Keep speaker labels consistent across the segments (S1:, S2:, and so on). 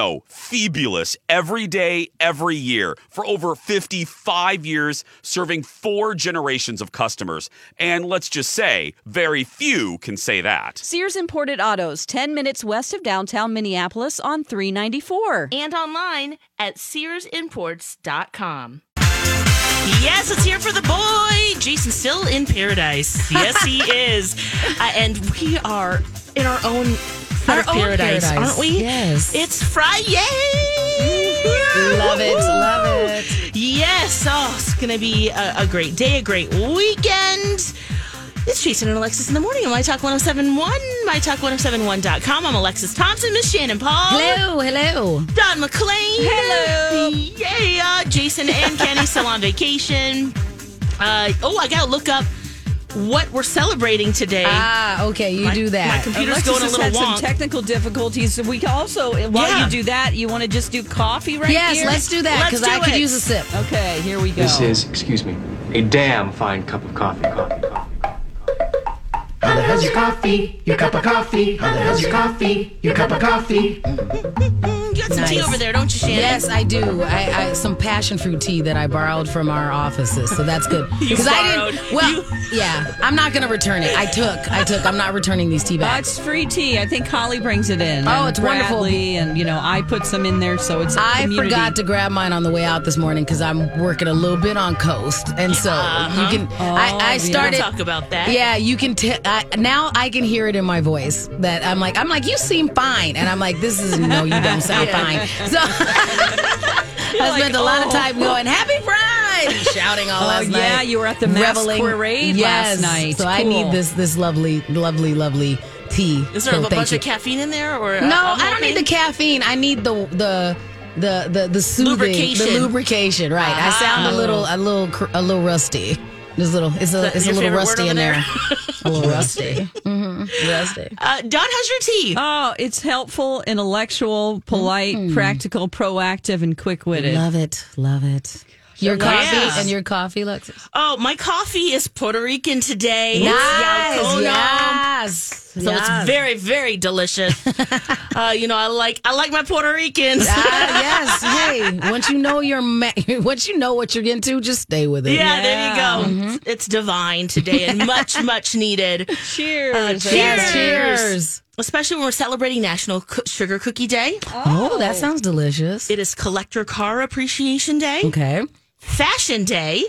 S1: no, Phoebulous, every day, every year, for over 55 years, serving four generations of customers. And let's just say, very few can say that.
S2: Sears Imported Autos, 10 minutes west of downtown Minneapolis on 394.
S3: And online at SearsImports.com. Yes, it's here for the boy. Jason's still in paradise. Yes, he is. Uh, and we are in our own our own paradise, paradise, aren't we?
S4: Yes.
S3: It's Friday.
S4: Love it. Love it.
S3: Yes. Oh, it's going to be a, a, great day, a great weekend. It's Jason and Alexis in the morning on My Talk 1071, MyTalk1071.com. I'm Alexis Thompson, Miss Shannon Paul.
S4: Hello, hello.
S3: Don McLean.
S4: Hello.
S3: Yeah. Jason and Kenny still on vacation. Uh, oh, I got to look up what we're celebrating today.
S4: Ah, okay, you
S3: my,
S4: do that.
S3: My computer's
S2: Alexis
S3: going a little
S2: has had
S3: wonk.
S2: some technical difficulties. We also, while
S3: Yeah.
S2: you do that, you want to just do coffee right
S4: yes,
S2: here?
S4: let's do that
S3: Let's
S4: because
S3: do
S4: I could
S3: it.
S4: use a sip.
S2: Okay, here we go.
S5: This is, excuse me, a damn fine cup of coffee. Coffee, coffee, coffee.
S6: Holla has your coffee, your cup of coffee. Holla has your coffee, your cup of coffee.
S3: Mm, You got some tea
S4: Nice.
S3: over there, don't you, Shannon?
S4: Yes, I do. I, I some passion fruit tea that I borrowed from our offices, so that's good. Because I didn't.
S3: borrowed.
S4: Well, yeah, I'm not gonna return it. I took. I took. I'm not returning these tea
S2: Uh,
S4: bags.
S2: it's free tea. I think Holly brings it in.
S4: Oh,
S2: and
S4: it's wonderful.
S2: Bradley, And you know, I put some in there, so it's. a
S4: I
S2: community.
S4: forgot to grab mine on the way out this morning because I'm working a little bit on coast, and so
S2: Uh-huh.
S4: you can.
S2: Oh,
S4: I, I
S3: We'll
S4: started.
S3: talk about that.
S4: Yeah, you can. T- I, now I can hear it in my voice that I'm like, I'm like, you seem fine, and I'm like, this is no, you don't sound fine. So I spent a lot of time going, Happy Pride, and shouting all
S2: Oh,
S4: last night.
S2: yeah, you were at the mass parade
S4: yes,
S2: last night.
S4: So I
S2: Cool.
S4: need this this lovely, lovely, lovely tea.
S3: Is there a
S4: so Oh, thank
S3: bunch
S4: you.
S3: of caffeine in there, or uh,
S4: No, I don't need the caffeine. I need the the. The, the the soothing
S3: Lubrication. Ah.
S4: the lubrication right I sound a little a little cr- a little rusty There's little, it's a, it's a
S3: your
S4: little
S3: favorite word
S4: rusty
S3: over
S4: in there.
S3: there? Mm-hmm.
S4: a little rusty. hmm Rusty.
S3: Uh, Don, how's your tea?
S2: Oh, it's helpful, intellectual, polite, practical, proactive, and quick witted.
S4: Mm-hmm. Love it. Love it. Your coffee
S3: Yes.
S4: and your coffee, Lexus.
S3: Oh, my coffee is Puerto Rican today. It's Yaucono.
S4: Yes.
S3: So
S4: yes.
S3: it's very, very delicious. uh, you know, I like I like my Puerto Ricans.
S4: Ah, yes. Hey, once you know your ma- once you know what you're into, just stay with it.
S3: Yeah, there you go.
S4: Mm-hmm.
S3: It's- It's divine today and much, much needed.
S2: Cheers.
S3: Uh, cheers.
S4: Yes, cheers.
S3: Especially when we're celebrating National Coo- Sugar Cookie Day.
S4: Oh, that sounds delicious.
S3: It is Collector Car Appreciation Day,
S4: Okay.
S3: Fashion Day.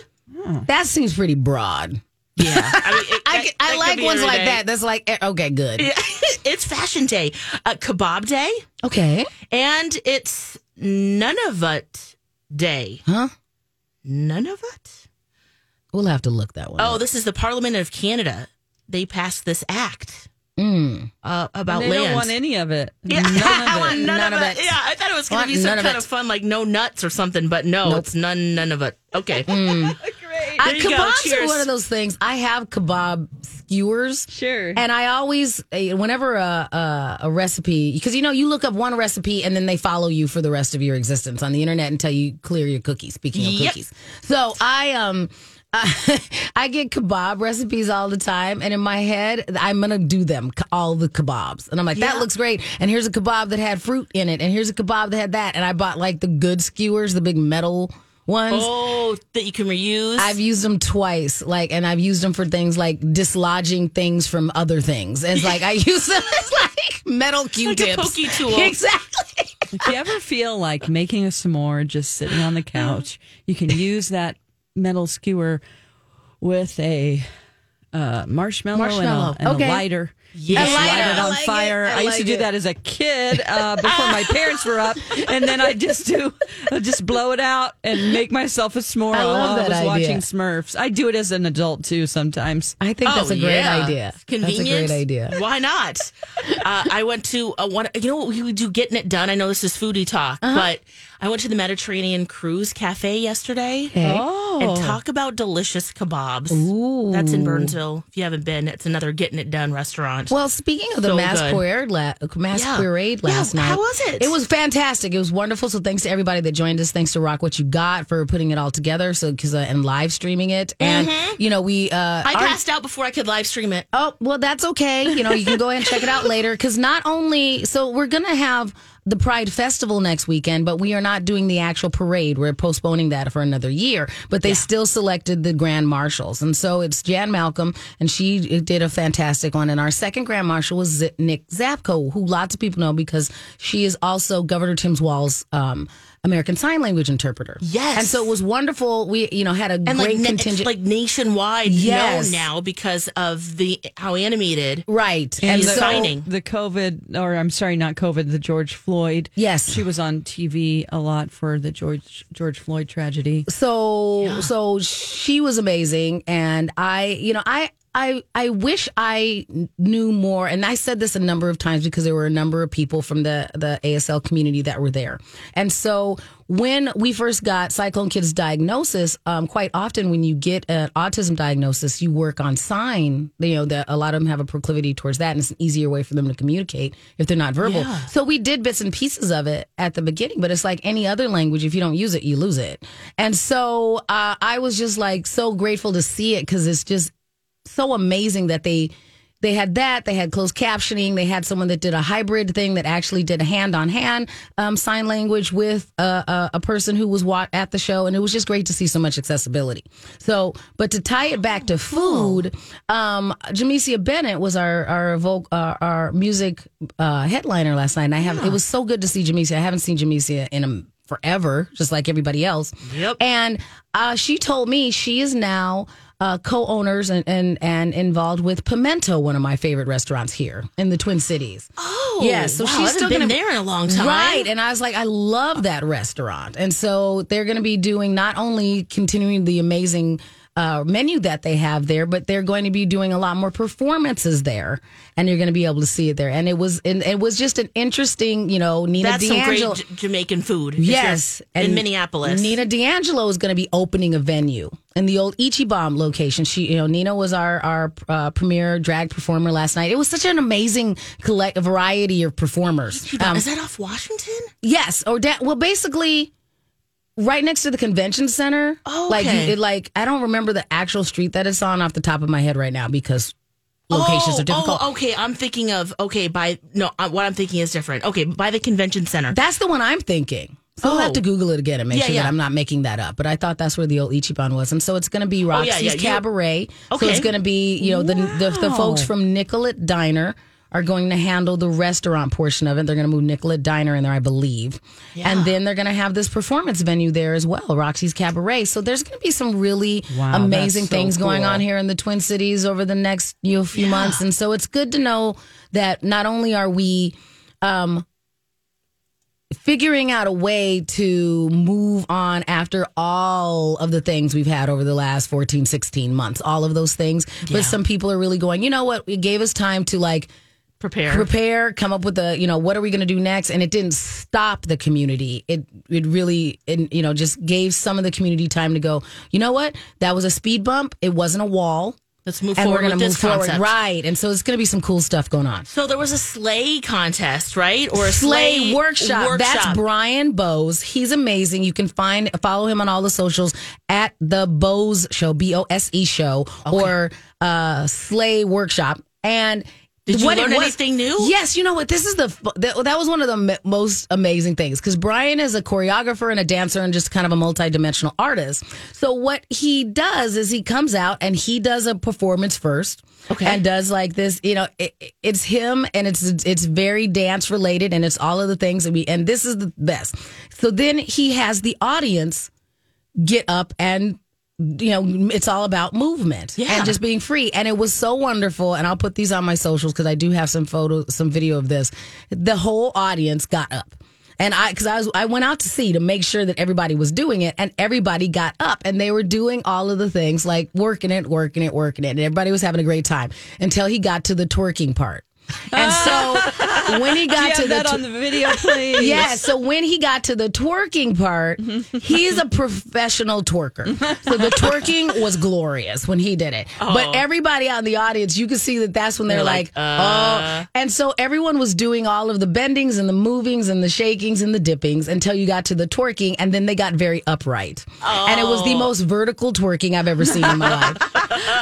S4: That seems pretty broad.
S3: I, mean, it-
S4: I,
S3: that-
S4: c-
S3: that
S4: I
S3: could
S4: like
S3: be
S4: ones
S3: every
S4: like
S3: day.
S4: that. That's like, eh, okay, good.
S3: it's Fashion Day, uh, Kebab Day,
S4: Okay.
S3: and it's Nunavut Day.
S4: Huh?
S3: Nunavut?
S4: We'll have to look that one.
S3: Oh,
S4: up.
S3: this is the Parliament of Canada. They passed this act
S4: Mm.
S3: uh, about
S2: They
S3: land.
S2: don't want any of it.
S3: Yeah, I
S2: None of
S3: want
S2: it.
S3: none,
S4: None
S3: of
S4: of
S3: it.
S4: it.
S3: Yeah, I thought it was going to
S4: Want
S3: be some
S4: none of
S3: kind of
S4: it.
S3: fun, like no nuts or something, but no,
S4: Nope.
S3: it's none, none of it. Okay.
S4: I,
S3: There you go.
S4: kebabs are
S3: Cheers.
S4: one of those things. I have kebab skewers.
S2: Sure.
S4: And I always, eh, whenever a, a, a recipe, because you know, you look up one recipe and then they follow you for the rest of your existence on the internet until you clear your cookies. Speaking of
S3: Yep.
S4: cookies, so I um. I get kebab recipes all the time, and in my head, I'm gonna do them k- all the kebabs, and I'm like, that looks great. And here's a kebab that had fruit in it, and here's a kebab that had that, and I bought like the good skewers, the big metal ones.
S3: Oh, that you can reuse.
S4: I've used them twice, like, and I've used them for things like dislodging things from other things. And it's like I use them as like metal Q-tips,
S3: pokey tool.
S4: exactly.
S2: If you ever feel like making a s'more just sitting on the couch, you can use that metal skewer with a uh, marshmallow,
S4: Marshmallow.
S2: and, a, and
S4: Okay.
S2: a lighter. You
S3: A
S2: just light
S3: lighter.
S2: it
S3: I
S2: on
S4: like
S2: fire.
S4: it. I
S2: I, used to
S4: like
S2: do
S4: it.
S2: that as a kid uh, before my parents were up, and then I just do I just blow it out and make myself a s'more.
S4: I
S2: while
S4: love that
S2: I was
S4: idea.
S2: watching Smurfs. I do it as an adult too sometimes.
S4: I think
S3: Oh,
S4: that's a great
S3: yeah.
S4: idea.
S3: Convenience.
S4: That's a great idea.
S3: Why not? uh, I went to a one. You know what we would do? Getting it done. I know this is foodie talk,
S4: Uh-huh.
S3: but I went to the Mediterranean Cruise Cafe yesterday.
S4: Oh.
S3: And talk about delicious kebabs. Ooh. That's in Burnsville. If you haven't been, it's another getting it done restaurant.
S4: Well, speaking of the
S3: So
S4: masquerade, la-
S3: Yeah.
S4: masquerade
S3: Yeah,
S4: last night,
S3: how was it?
S4: It was fantastic. It was wonderful. So thanks to everybody that joined us. Thanks to Rock What You Got for putting it all together. So because uh, and live streaming it, and
S3: Mm-hmm.
S4: you know we uh,
S3: I
S4: our-
S3: passed out before I could live stream it.
S4: Oh, well, that's okay. You know, you can go and check it out later. Because not only, so we're going to have the Pride Festival next weekend, but we are not doing the actual parade. We're postponing that for another year. But they still selected the Grand Marshals. And so it's Jan Malcolm, and she did a fantastic one. And our second Grand Marshal was Z- Nick Zapko, who lots of people know because she is also Governor Tim's Wall's um, American Sign Language interpreter.
S3: Yes.
S4: And so it was wonderful. We, you know, had a
S3: and like
S4: great
S3: na- it's,
S4: contingent.
S3: like nationwide
S4: Yes.
S3: known now because of the how animated.
S4: right.
S3: And
S4: And
S3: the
S4: so.
S3: signing.
S2: The COVID, or I'm sorry, not COVID, the George Floyd.
S4: Yes.
S2: She was on TV a lot for the George George Floyd tragedy.
S4: so so she was amazing and i you know i I, I wish I knew more, and I said this a number of times because there were a number of people from the, the ASL community that were there. And so when we first got Cyclone Kids diagnosis, um, quite often when you get an autism diagnosis, you work on sign. You know that a lot of them have a proclivity towards that, and it's an easier way for them to communicate if they're not verbal. So we did bits and pieces of it at the beginning, but it's like any other language. If you don't use it, you lose it. And so uh, I was just like so grateful to see it because it's just so amazing that they they had that they had closed captioning they had someone that did a hybrid thing that actually did a hand on hand sign language with a, a, a person who was wa- at the show and it was just great to see so much accessibility so but to tie it back to food um jamesia bennett was our our voc- uh, our music uh, headliner last night and i have it was so good to see jamesia i haven't seen jamesia in a forever, just like everybody else. Yep. And uh, she told me she is now uh, co-owners and, and and involved with Pimento, one of my favorite restaurants here in the Twin Cities. Oh, yeah. So
S3: wow, I
S4: she's
S3: haven't
S4: still
S3: been
S4: gonna,
S3: there in a long time.
S4: right? And I was like, I love that restaurant, and so they're going to be doing not only continuing the amazing. uh, menu that they have there, but they're going to be doing a lot more performances there, and you're going to be able to see it there. And it was and it was just an interesting, you know, Nina
S3: That's some
S4: D'Angelo.
S3: great J- Jamaican food. if you're
S4: Yes,
S3: in Minneapolis.
S4: Nina D'Angelo is going to be opening a venue in the old Ichibom location. She, you know, Nina was our our uh, premier drag performer last night. It was such an amazing collect variety of performers. Um,
S3: is that off Washington?
S4: yes, or da- well, basically. Right next to the convention center.
S3: Oh,
S4: like you-
S3: okay.
S4: it, like I don't remember the actual street that it's on off the top of my head right now because locations
S3: oh,
S4: are difficult.
S3: Oh, okay. I'm thinking of okay. By no, uh, what I'm thinking is different. Okay, by the convention center.
S4: That's the one I'm thinking. So we'll have
S3: Oh.
S4: to Google it again and make
S3: Yeah,
S4: sure
S3: yeah.
S4: that I'm not making that up. But I thought that's where the old Ichiban was, and so it's going to be
S3: Oh, yeah,
S4: Roxy's
S3: yeah, you-
S4: Cabaret. So
S3: Okay.
S4: it's going to be you know the, the the folks from Nicolet Diner are going to handle the restaurant portion of it. They're going to move Nicolet Diner in there, I believe, and then they're going to have this performance venue there as well, Roxy's Cabaret. So there's going to be some really
S2: Wow, that's
S4: amazing
S2: so
S4: things going
S2: cool.
S4: on here in the Twin Cities over the next you know, few months, and so it's good to know that not only are we um, figuring out a way to move on after all of the things we've had over the last 14 16 months all of those things but some people are really going you know what it gave us time to like
S3: Prepare.
S4: prepare come up with a you know what are we going to do next and it didn't stop the community it it really it, you know just gave some of the community time to go you know what that was a speed bump it wasn't a wall
S3: Let's move
S4: and we're
S3: forward with
S4: going to move
S3: this
S4: forward
S3: concept.
S4: right and so it's going to be some cool stuff going on
S3: So there was a sleigh contest, right? Or a
S4: Slay,
S3: sleigh,
S4: workshop. That's Brian Bose. He's amazing. You can find follow him on all the socials at the Bose Show, B O S E Show, or uh, Slay Workshop. And
S3: Did you
S4: what
S3: learn
S4: it was-
S3: anything new?
S4: Yes, you know what? This is the f- that, that was one of the m- most amazing things because Brian is a choreographer and a dancer and just kind of a multidimensional artist. So what he does is he comes out and he does a performance first,
S3: Okay.
S4: and does like this. You know, it, it- it's him and it's it's very dance related and it's all of the things that we and this is the best. So then he has the audience get up and you know it's all about movement
S3: Yeah.
S4: and just being free and it was so wonderful and i'll put these on my socials because i do have some photo some video of this the whole audience got up and i because i was i went out to see to make sure that everybody was doing it and everybody got up and they were doing all of the things like working it working it working it and everybody was having a great time until he got to the twerking part and so when he got
S2: Got
S4: to the
S2: that
S4: tw-
S2: on the video, please.
S4: yeah, so when he got to the twerking part, he's a professional twerker. So the twerking was glorious when he did it. But everybody out in the audience, you could see that that's when Oh. they're, like, oh. And so everyone was doing all of the bendings and the movings and the shakings and the dippings until you got to the twerking, and then they got very upright. And it was the most vertical twerking I've ever seen in my life.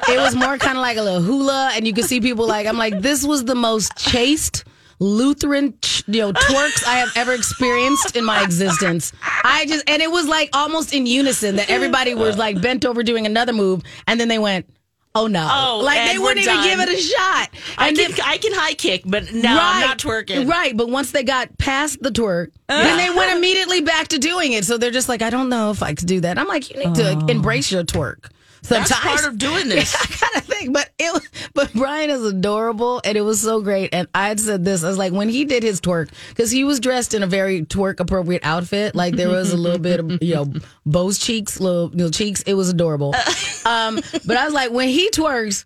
S4: it was more kind of like a little hula, and you could see people like, I'm like, this was the most chaste. Lutheran, ch- you know, twerks I have ever experienced in my existence. I just, and it was like almost in unison that everybody was like bent over doing another move, and then they went, "Oh no!"
S3: Oh,
S4: like they
S3: and we're
S4: wouldn't even
S3: done.
S4: give it a shot.
S3: I
S4: And
S3: can,
S4: then-
S3: I can high kick, but no, I'm not twerking. Uh.
S4: Right, but once they got past the twerk, then they went immediately back to doing it. So they're just like, I don't know if I could do that. I'm like, you need to embrace your twerk. Sometimes
S3: Oh. That's part of doing this.
S4: I kind of think, but it, was- but Brian is adorable, and it was so great. And I had said this, I was like, when he did his twerk, because he was dressed in a very twerk appropriate outfit. Like there was a little bit of you know Bo's cheeks, little, little cheeks. It was adorable. Um, but I was like, when he twerks,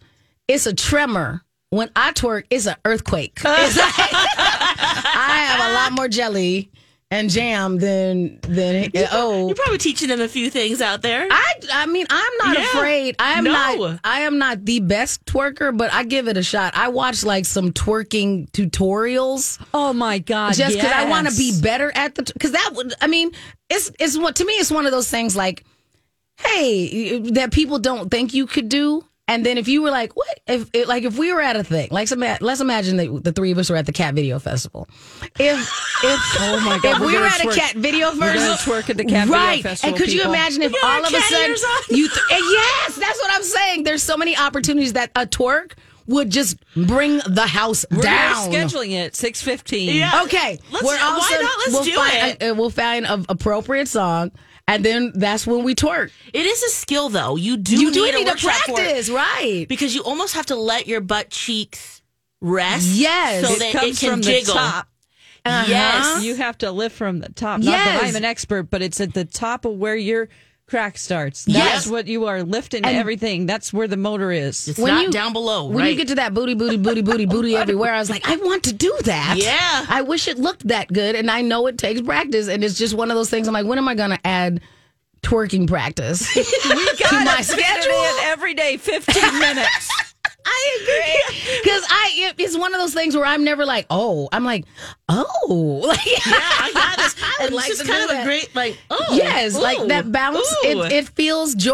S4: it's a tremor. When I twerk, it's an earthquake. It's like- I have a lot more jelly and jam than than oh.
S3: You're probably teaching them a few things out there.
S4: I I mean I'm not
S3: Yeah.
S4: afraid. I am
S3: No.
S4: not I am not the best twerker, but I give it a shot. I watch like some twerking tutorials
S2: Oh my God.
S4: just because I want to
S2: yes.
S4: be better at the because that would I mean it's it's what to me it's one of those things like hey that people don't think you could do. And then if you were like, what if it, like if we were at a thing, like some, let's imagine that the three of us were at the Cat Video Festival. If if oh my
S2: God,
S4: if
S2: we're
S4: we were
S2: gonna
S4: at a
S2: twerk.
S4: Cat Video
S2: We're gonna
S4: Festival,
S2: twerk at the Cat Video
S4: right?
S2: Festival,
S4: and could you
S2: people.
S4: imagine if
S3: We're gonna
S4: all
S3: have
S4: of a
S3: cat
S4: sudden
S3: ears on.
S4: you th- and yes, that's what I'm saying. There's so many opportunities that a twerk would just bring the house
S2: We're
S4: down.
S2: scheduling it six fifteen.
S3: Yeah.
S4: Okay.
S3: Let's- why not? Let's
S4: we'll
S3: do
S4: find,
S3: it.
S4: uh, we'll find an appropriate song, and then that's when we twerk.
S3: it is a skill, though. You do
S4: You
S3: need,
S4: do
S3: a
S4: need to
S3: workshop for it.
S4: practice, right?
S3: because you almost have to let your butt cheeks rest.
S4: Yes.
S3: so
S4: It
S3: that
S2: comes
S3: it can
S2: from
S3: jiggle.
S2: the top.
S3: Yes,
S4: Uh-huh.
S2: You have to lift from the top. Not that
S4: Yes.
S2: I'm an expert, but it's at the top of where your crack starts. That's
S4: Yes.
S2: what you are lifting
S4: And-
S2: everything. That's where the motor is.
S3: It's not down below.
S4: When
S3: right?
S4: you get to that booty, booty, booty, booty, booty everywhere, I was like, I want to do that.
S3: Yeah.
S4: I wish it looked that good, and I know it takes practice, and it's just one of those things. I'm like, when am I going to add twerking practice to my schedule?
S2: every day, 15 minutes.
S4: I agree because I it- it's one of those things where I'm never like, oh, I'm like, oh, like
S3: yeah, I got this.
S4: I would
S3: And
S4: like
S3: it's just
S4: to
S3: kind
S4: do
S3: of
S4: that.
S3: a great like. Oh,
S4: yes, like
S3: ooh,
S4: that bounce.
S3: ooh.
S4: It, it feels joy.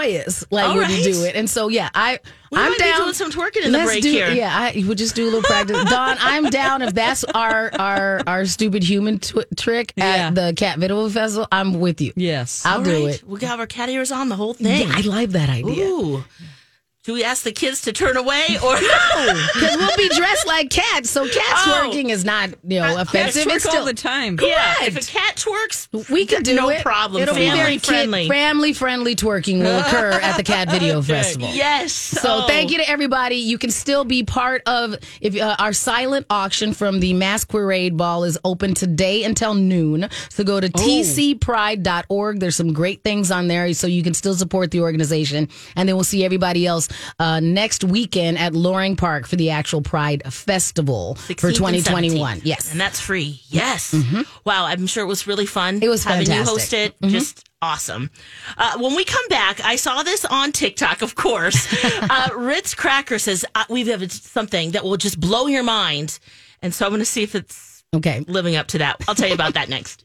S4: is like
S3: All
S4: when you
S3: right.
S4: do it. And so yeah, I
S3: We
S4: I'm
S3: might be
S4: down
S3: doing some twerking in the
S4: Let's
S3: break
S4: do,
S3: here.
S4: Yeah, I we'll just do a little practice. Don, I'm down if that's our our our stupid human tw- trick
S2: Yeah.
S4: at the Cat Video Festival. I'm with you.
S2: Yes.
S4: I'll
S3: All
S4: do
S3: right,
S4: it.
S3: We got our cat ears on the whole
S4: Yeah,
S3: thing.
S4: I like that idea.
S3: Ooh. Do we ask the kids to turn away or
S4: Because we'll be dressed like cats, so cats
S3: Oh.
S4: working is not you know
S2: That's
S4: offensive. It's
S2: all
S4: still
S2: the time.
S3: Yeah, if a cat twerks,
S4: we can do
S3: no
S4: it.
S3: problem.
S4: It'll be
S3: Family
S4: very
S3: friendly.
S4: family friendly twerking will occur at the Cat Video Festival.
S3: yes. Oh.
S4: So thank you to everybody. You can still be part of if uh, our silent auction from the Masquerade Ball is open today until noon. So go
S3: Oh.
S4: to tcpride.org. There's some great things on there, so you can still support the organization. And then we'll see everybody else uh, next weekend at Loring Park for the actual Pride Festival
S3: 16th
S4: for
S3: and
S4: 2021.
S3: 17th.
S4: Yes. Mm-hmm.
S3: and that's free. Yes. Wow, I'm sure it was really fun.
S4: It was
S3: having you host
S4: fantastic. Mm-hmm.
S3: it. Just awesome. Uh, when we come back, I saw this on TikTok, of course. uh, Ritz Cracker says uh, we have something that will just blow your mind, and so I'm going to see if it's
S4: Okay.
S3: living up to that. I'll tell you about that next.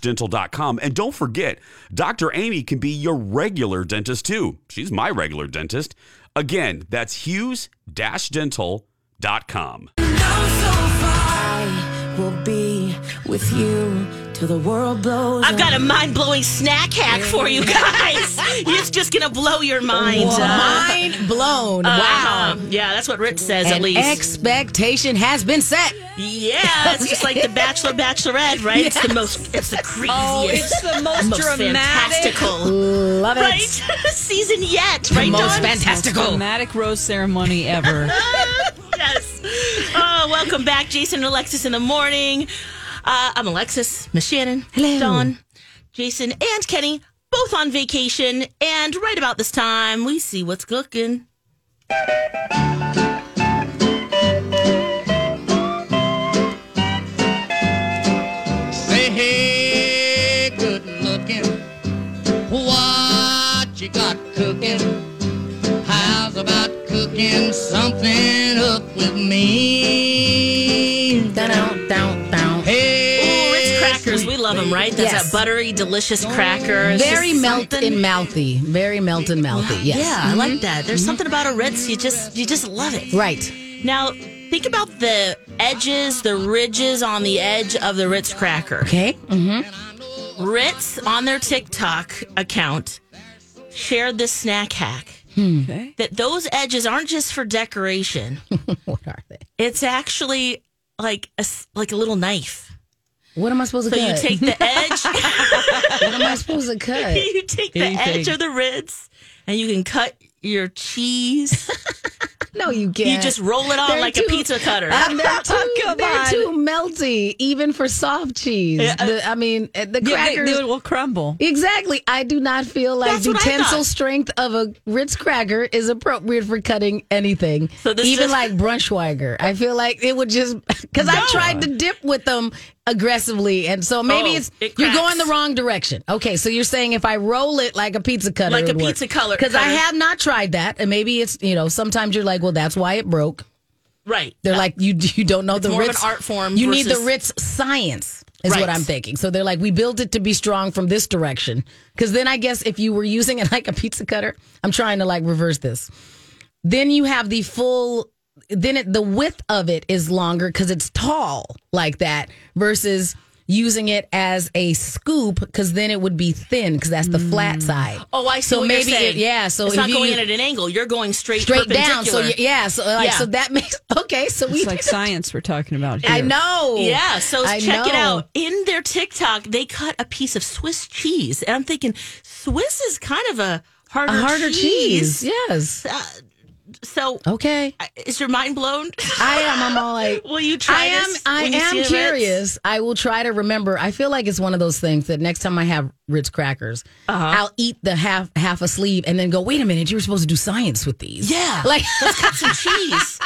S1: dental.com. And don't forget, Dr. Amy can be your regular dentist too. She's my regular dentist. Again, that's hughes dental.com.
S7: will be with you till the world blows.
S3: I've got a mind blowing snack hack for you guys. it's just going to blow your mind. Uh,
S4: Mind blown. wow.
S3: uh, yeah, that's what Rich says at
S4: An
S3: least.
S4: expectation has been set.
S3: Yeah, it's just like the Bachelor Bachelorette, right? It's the most, it's the craziest,
S2: Oh, it's the most,
S3: most
S2: dramatic.
S3: fantastical,
S4: Love it.
S3: right? Season yet, right?
S4: Most
S3: Dawn?
S4: fantastical.
S2: Dramatic rose ceremony ever.
S3: yes. Oh, welcome back, Jason and Alexis in the morning. Uh, I'm Alexis, Miss Shannon, Hello. Dawn, Jason, and Kenny, both on vacation. And right about this time, we see what's cooking. them, right? That's
S4: Yes.
S3: that buttery, delicious cracker. It's
S4: Very
S3: just
S4: melt
S3: something-
S4: and mouthy. Very melt and mouthy. Yes. Mm-hmm.
S3: Yeah, I like that. There's something about a Ritz you just you just love it.
S4: Right.
S3: Now, think about the edges, the ridges on the edge of the Ritz cracker.
S4: Okay.
S3: Mm-hmm. Ritz on their TikTok account shared this snack hack
S4: Hmm.
S3: that those edges aren't just for decoration.
S4: what are they?
S3: It's actually like a s- like a little knife.
S4: What am I supposed
S3: So
S4: to
S3: you
S4: cut?
S3: take the edge.
S4: what am I supposed to cut?
S3: you take the
S4: Anything.
S3: edge of the Ritz and you can cut your cheese.
S4: no, you can't.
S3: You just roll it on
S4: They're
S3: like
S4: too-
S3: a pizza cutter.
S4: Uh, they're too,
S3: Come
S4: they're
S3: on.
S4: too melty, even for soft cheese.
S2: Yeah, uh,
S4: The- I mean, uh, the
S2: Yeah, they-
S4: crackers.
S2: they will crumble.
S4: Exactly. I do not feel like
S3: That's
S4: the
S3: what I
S4: tensile
S3: thought.
S4: strength of a Ritz cracker is appropriate for cutting anything.
S3: So this
S4: Even
S3: just-
S4: like Brunschweiger. I feel like it would just because I tried to dip with them aggressively, and so maybe
S3: Oh,
S4: it's
S3: it
S4: you're going
S3: cracks.
S4: the wrong direction. Okay, so you're saying if I roll it like a pizza cutter,
S3: Like a pizza color-
S4: because I
S3: cutter.
S4: have not tried that, and maybe it's you know sometimes you're like, well, that's why it broke.
S3: Right.
S4: They're like, you you don't know the
S3: more of
S4: Ritz
S3: an art form
S4: You need the
S3: versus-
S4: Ritz science, is
S3: Right.
S4: what I'm thinking. So they're like, we built it to be strong from this direction. Because then I guess if you were using it like a pizza cutter, I'm trying to like reverse this. Then you have the full. Then it, the width of it is longer because it's tall like that versus using it as a scoop because then it would be thin because that's the flat side.
S3: Oh, I see.
S4: So
S3: what
S4: maybe
S3: you're
S4: it-
S3: saying.
S4: yeah, so
S3: it's
S4: if
S3: not
S4: you
S3: going
S4: use-
S3: in at an angle. You're going straight,
S4: straight down. So
S3: perpendicular.
S4: y- yeah, so like
S3: Yeah.
S4: so that makes okay. So we
S2: It's like science we're talking about here.
S4: I know.
S3: Yeah, so
S4: oh, I
S3: check it
S4: know.
S3: out. In their TikTok, they cut a piece of Swiss cheese, and I'm thinking Swiss is kind of a
S4: A
S3: harder
S4: harder cheese. Yes.
S3: So
S4: Okay.
S3: uh, is your mind blown?
S4: I am. I'm all like.
S3: Will you try?
S4: I am.
S3: this
S4: I
S3: when you see
S4: am
S3: the Ritz?
S4: curious. I will try to remember. I feel like it's one of those things that next time I have Ritz crackers,
S3: Uh-huh.
S4: I'll eat the half half a sleeve and then go. Wait a minute, you were supposed to do science with these.
S3: Yeah,
S4: Like.
S3: let's cut some cheese.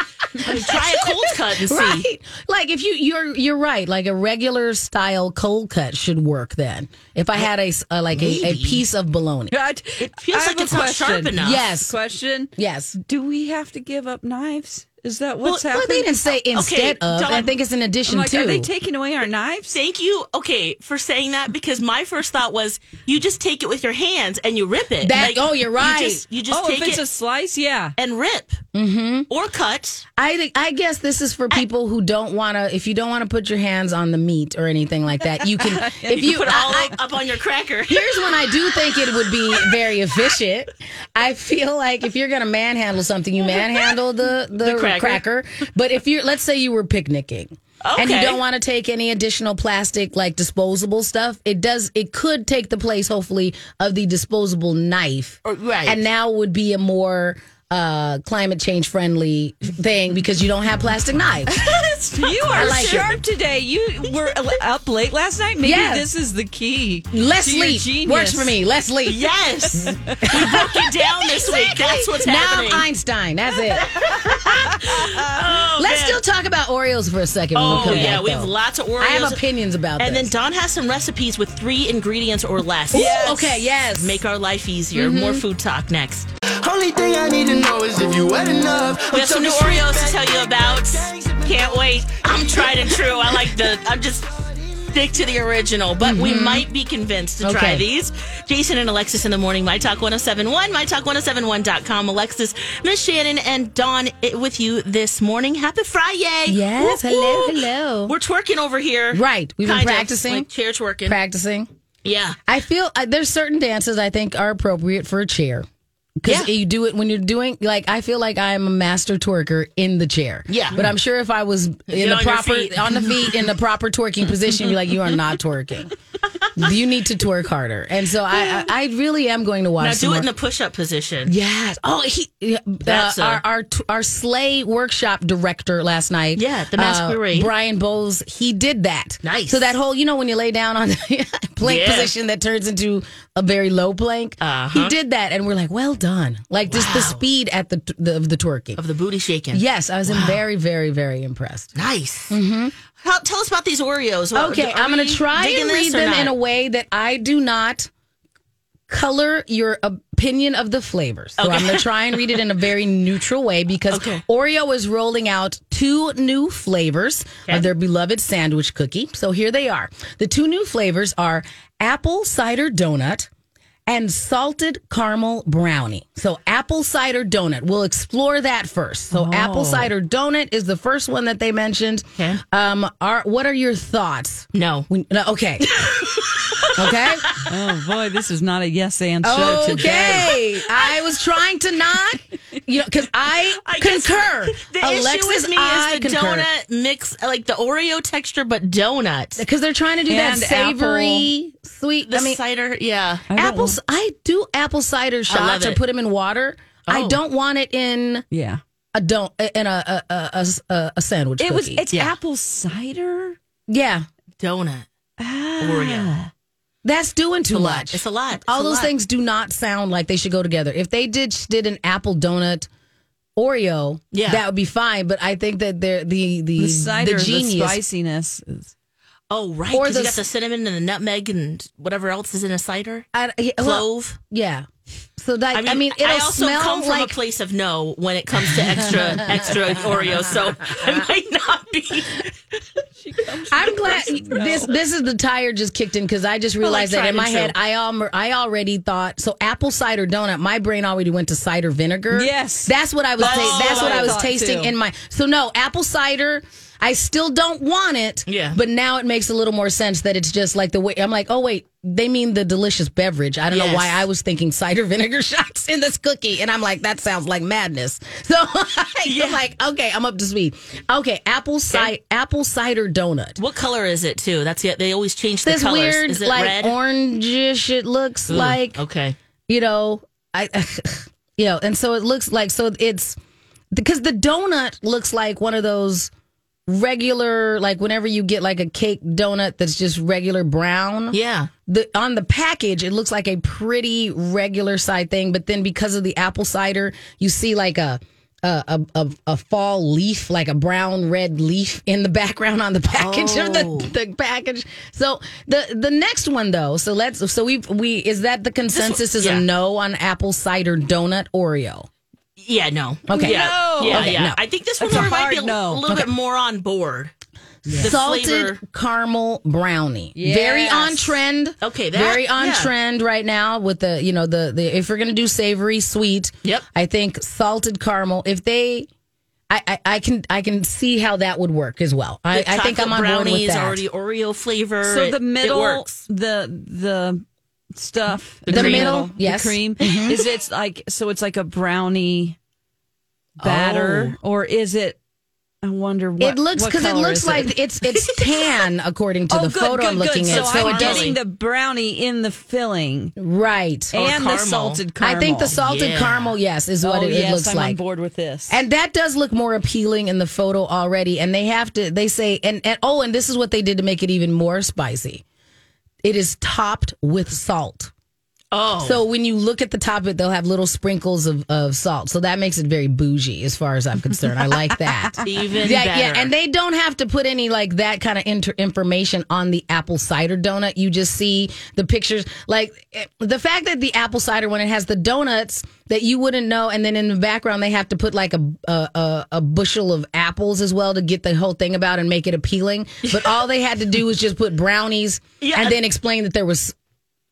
S3: I mean, try a cold cut and see.
S4: Right, like if you you're you're right. Like a regular style cold cut should work. Then, if I had a s- uh, like a, a
S3: Maybe.
S4: piece of bologna,
S2: It
S3: feels like it's not sharp enough.
S4: Yes.
S2: Question.
S4: yes.
S2: Do we have to give up knives? Is that what's
S4: Well, they
S2: happening?
S4: didn't say instead of.
S3: Dawn.
S4: I think it's an
S2: I'm
S4: addition
S2: like,
S4: to.
S2: are they taking away our knives?
S3: Thank you. Okay, for saying that because my first thought was you just take it with your hands and you rip it.
S4: That- oh, you're right.
S3: You just, you just
S2: Oh, if
S3: take
S2: it's
S3: it
S2: a slice, yeah.
S3: and rip
S4: Mm-hmm.
S3: or cut.
S4: I think I guess this is for people who don't want to. If you don't want to put your hands on the meat or anything like that, you can. If you,
S3: You put it all
S4: I- I-
S3: up on your cracker.
S4: here's when I do think it would be very efficient. I feel like if you're gonna manhandle something, you manhandle the the,
S3: cracker.
S4: cracker. But if you're, let's say you were picnicking. And you
S3: Okay.
S4: don't want to take any additional plastic, like disposable stuff. It does. It could take the place, hopefully, of the disposable knife.
S3: Oh, right.
S4: And now would be a more uh, climate change friendly thing because you don't have plastic knives.
S2: You are
S4: like it.
S2: sharp today. You were up late last night. Maybe
S4: Yes.
S2: this is the key.
S4: Less
S2: to your
S4: sleep
S2: genius.
S4: works for me. Less sleep.
S3: Yes, we broke it down this week. That's what's
S4: now
S3: happening.
S4: I'm Einstein. That's it. Let's still talk about Oreos for a second. when we
S3: Oh
S4: come
S3: yeah,
S4: back,
S3: we have
S4: though.
S3: lots of Oreos.
S4: I have opinions about
S3: And then
S4: this.
S3: Don has some recipes with three ingredients or less.
S4: Ooh, okay, yes.
S3: Make our life easier.
S4: Mm-hmm.
S3: More food talk next.
S6: Only thing I need to know is if you wet enough.
S3: We have some new Oreos to tell you about. Can't wait. I'm tried and true. I like the. I'm just stick to the original, but we might be convinced to try
S4: Mm-hmm. Okay.
S3: these. Jason and Alexis in the morning. My Talk 1071. MyTalk1071.com. Alexis, Miss Shannon, and Dawn i- with you this morning. Happy Friday.
S4: Yes,
S3: Woo,
S4: hello,
S3: woo.
S4: hello.
S3: We're twerking over here.
S4: Right, we've been
S3: Kind of,
S4: practicing.
S3: like chair twerking.
S4: practicing.
S3: yeah.
S4: I feel I, there's certain dances I think are appropriate for a chair. Because
S3: Yeah.
S4: you do it when you're doing, like, I feel like I'm a master twerker in the chair.
S3: Yeah.
S4: But I'm sure if I was in the
S3: on your
S4: proper,
S3: feet.
S4: on the feet, in the proper twerking position, you're like, you are not twerking. you need to twerk harder. And so I, I, I really am going to watch
S3: Now
S4: some
S3: do it
S4: more-
S3: in the push up position.
S4: Yes. Oh, he. yeah, Uh,
S3: That's a-
S4: our our t- our sleigh workshop director last night. Uh,
S3: Yeah, the masquerade.
S4: Brian Bowles. He did that.
S3: Nice.
S4: So that whole, you know, when you lay down on the plank
S3: Yeah.
S4: position that turns into a very low plank.
S3: Uh-huh.
S4: He did that, and we're like, well done. Like just the
S3: Wow.
S4: speed at the t- the, of the twerking.
S3: Of the booty shaking.
S4: yes, I was very very very impressed.
S3: Nice. How, tell us about these Oreos. Are-
S4: Mm-hmm. Okay,
S3: are
S4: I'm gonna
S3: we
S4: try
S3: digging
S4: and
S3: this
S4: read
S3: or
S4: them
S3: not?
S4: in a way that I do not color your opinion of the flavors. So I'm going to try and read it in a very neutral way because Oreo is rolling out two new flavors of their beloved sandwich cookie. So here they are. The two new flavors are apple cider donut and salted caramel brownie. So apple cider donut. We'll explore that first. So
S3: Oh.
S4: apple cider donut is the first one that they mentioned. Um, are what are your thoughts?
S3: No.
S4: no okay. okay.
S2: Oh boy, this is not a yes and show today.
S4: Okay, I was trying to not, you know, because I,
S3: guess
S4: concur.
S3: The issue with me is the donut mix, like the Oreo texture, but donuts.
S4: because they're trying to do that
S3: And
S4: savory, sweet.
S3: The
S4: I mean,
S3: cider, yeah.
S4: apples. I do apple cider shots or
S3: it. Oh.
S4: put them in water. I don't want it in
S2: Yeah.
S4: a don't in a a a, a, a sandwich.
S2: It was
S4: cookie.
S2: it's apple cider.
S4: yeah.
S3: Donut.
S2: Ah.
S4: That's doing too
S3: lot.
S4: much.
S3: It's a lot. It's
S4: All
S3: a
S4: those
S3: lot.
S4: things do not sound like they should go together. If they did did an apple donut Oreo,
S3: Yeah.
S4: that would be fine. But I think that they're the the,
S2: The cider, the,
S4: genius.
S2: spiciness. is-
S3: Oh, right.
S4: Or
S3: Or you
S4: the
S3: got the cinnamon and the nutmeg and whatever else is in a cider.
S4: I, yeah, well,
S3: Clove.
S4: yeah. So that I mean, it'll
S3: I also
S4: smell
S3: come from
S4: like
S3: a place of no when it comes to extra extra Oreos, so I might not be.
S4: I'm glad this this is the tire just kicked in because I just realized that
S3: tried
S4: in my
S3: and true.
S4: head I al- I already thought so apple cider donut my brain already went to cider vinegar
S2: Yes.
S4: that's what I was
S2: That's
S4: ta-
S2: what
S4: that's what
S2: I
S4: I was
S2: thought,
S4: tasting
S2: too.
S4: in my so no apple cider I still don't want it
S3: Yeah.
S4: but now it makes a little more sense that it's just like the way I'm like oh wait they mean the delicious beverage I don't know
S3: Yes.
S4: why I was thinking cider vinegar shots in this cookie and I'm like that sounds like madness so I'm like okay I'm up to speed okay apple cider apple cider donut
S3: What color is it too? That's it. They always change the
S4: this
S3: colors.
S4: weird
S3: is it
S4: like
S3: red?
S4: orangish it looks
S3: Ooh,
S4: like
S3: okay.
S4: you know i you know and so it looks like so it's because the donut looks like one of those regular like whenever you get like a cake donut that's just regular brown
S3: Yeah.
S4: the on the package it looks like a pretty regular side thing but then because of the apple cider you see like a a, a, a, a fall leaf like a brown red leaf in the background on the package of
S3: Oh.
S4: the, the package so the the next one though so let's so we we is that the consensus is
S3: yeah.
S4: a no on apple cider donut oreo
S3: Yeah, no.
S4: Okay.
S3: Yeah,
S4: No.
S3: yeah,
S4: Okay,
S3: yeah.
S4: no.
S3: I think this one
S2: That's a
S3: might be
S2: hard
S3: a
S2: no.
S3: little bit more on board. The
S4: salted
S3: flavor-
S4: caramel brownie very
S2: Yes.
S4: on trend
S3: Okay, that-
S4: very on
S3: yeah.
S4: trend right now with the you know the, the if we're gonna do savory sweet
S3: Yep.
S4: i think salted caramel if they I, I, I can I can see how that would work as well. I,
S3: The
S4: I think
S3: chocolate
S4: I'm on board
S3: brownie is
S4: with that.
S3: already Oreo flavor.
S2: So
S3: It-
S2: the middle,
S3: it works.
S2: the the stuff,
S4: The cream. middle, yes. Mm-hmm.
S2: the cream is it's like so it's like a brownie batter, or is it? I wonder what
S4: Oh. it looks
S2: because
S4: because it looks like it's it's tan according to
S2: oh,
S4: the
S2: good,
S4: photo
S2: good,
S4: I'm looking
S2: good.
S4: at.
S2: So, I'm
S4: it does-
S2: getting the brownie in the filling
S4: right.
S2: and the
S3: caramel.
S2: salted caramel.
S4: I think the salted
S3: Yeah.
S4: caramel, yes, is
S2: Oh
S4: what it, it
S2: yes,
S4: looks
S2: I'm on
S4: like.
S2: board with this.
S4: And that does look more appealing in the photo already. And they have to, they say, and, and oh, and this is what they did to make it even more spicy. It is topped with salt.
S3: Oh,
S4: So when you look at the top of it, they'll have little sprinkles of, of salt. So that makes it very bougie as far as I'm concerned. I like that.
S3: even
S4: yeah,
S3: better.
S4: yeah. And they don't have to put any like that kind of inter- information on the apple cider donut. You just see the pictures. Like eh, the fact that the apple cider one, it has the donuts that you wouldn't know. And then in the background, they have to put like a, a, a, a bushel of apples as well to get the whole thing about and make it appealing. But all they had to do was just put brownies
S3: Yeah.
S4: and then explain that there was